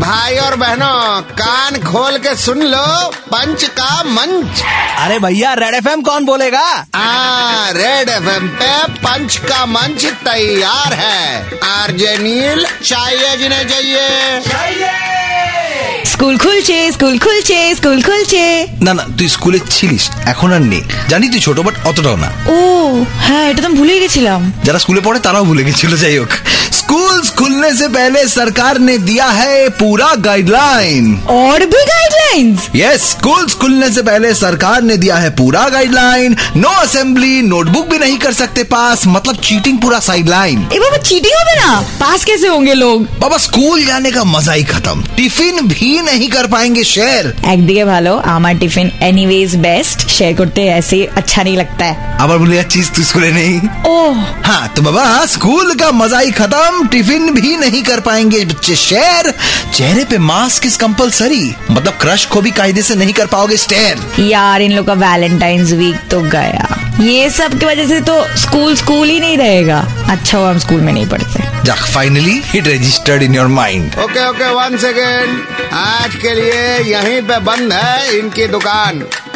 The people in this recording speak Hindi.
भाई और बहनों कान खोल के सुन लो पंच का मंच अरे भैया रेड एफ कौन बोलेगा आ, रेड एफ पे पंच का मंच तैयार है आरजे नील चाहिए जिन्हें चाहिए স্কুল খুলছে স্কুল খুলছে স্কুল খুলছে না না তুই স্কুলে ছিলিস এখন আর নেই জানি তুই ছোট বাট অতটাও না ও হ্যাঁ এটা তো আমি ভুলেই গেছিলাম যারা স্কুলে পড়ে তারাও ভুলে গেছিল যাই হোক স্কুল খুলने से पहले सरकार ने दिया है पूरा गाइडलाइन और भी गाइडलाइंस यस स्कूल खुलने से पहले सरकार ने दिया है पूरा गाइडलाइन नो असेंबली नोटबुक भी नहीं कर सकते पास मतलब चीटिंग पूरा साइडलाइन এবার চিটিং হবে না पास कैसे होंगे लोग बाबा स्कूल जाने का मजा ही खत्म टिफिन भी नहीं कर पाएंगे शेयर একদিকে ভালো আমার টিফিন এনিওয়েজ বেস্ট শেয়ার করতে ऐसे अच्छा नहीं लगता है আবার বলে যাচ্ছিস তুই স্কুলে নেই ओह हाँ तो बाबा स्कूल का मजा ही खत्म टिफिन भी नहीं कर पाएंगे बच्चे शेयर चेहरे पे मास्क इज कंपलसरी मतलब क्रश को भी कायदे से नहीं कर पाओगे स्टेयर यार इन लोग का वैलेंटाइंस वीक तो गया ये सब की वजह से तो स्कूल स्कूल ही नहीं रहेगा अच्छा हुआ हम स्कूल में नहीं पढ़ते जा finally it registered in your mind okay okay one second आज के लिए यहीं पे बंद है इनकी दुकान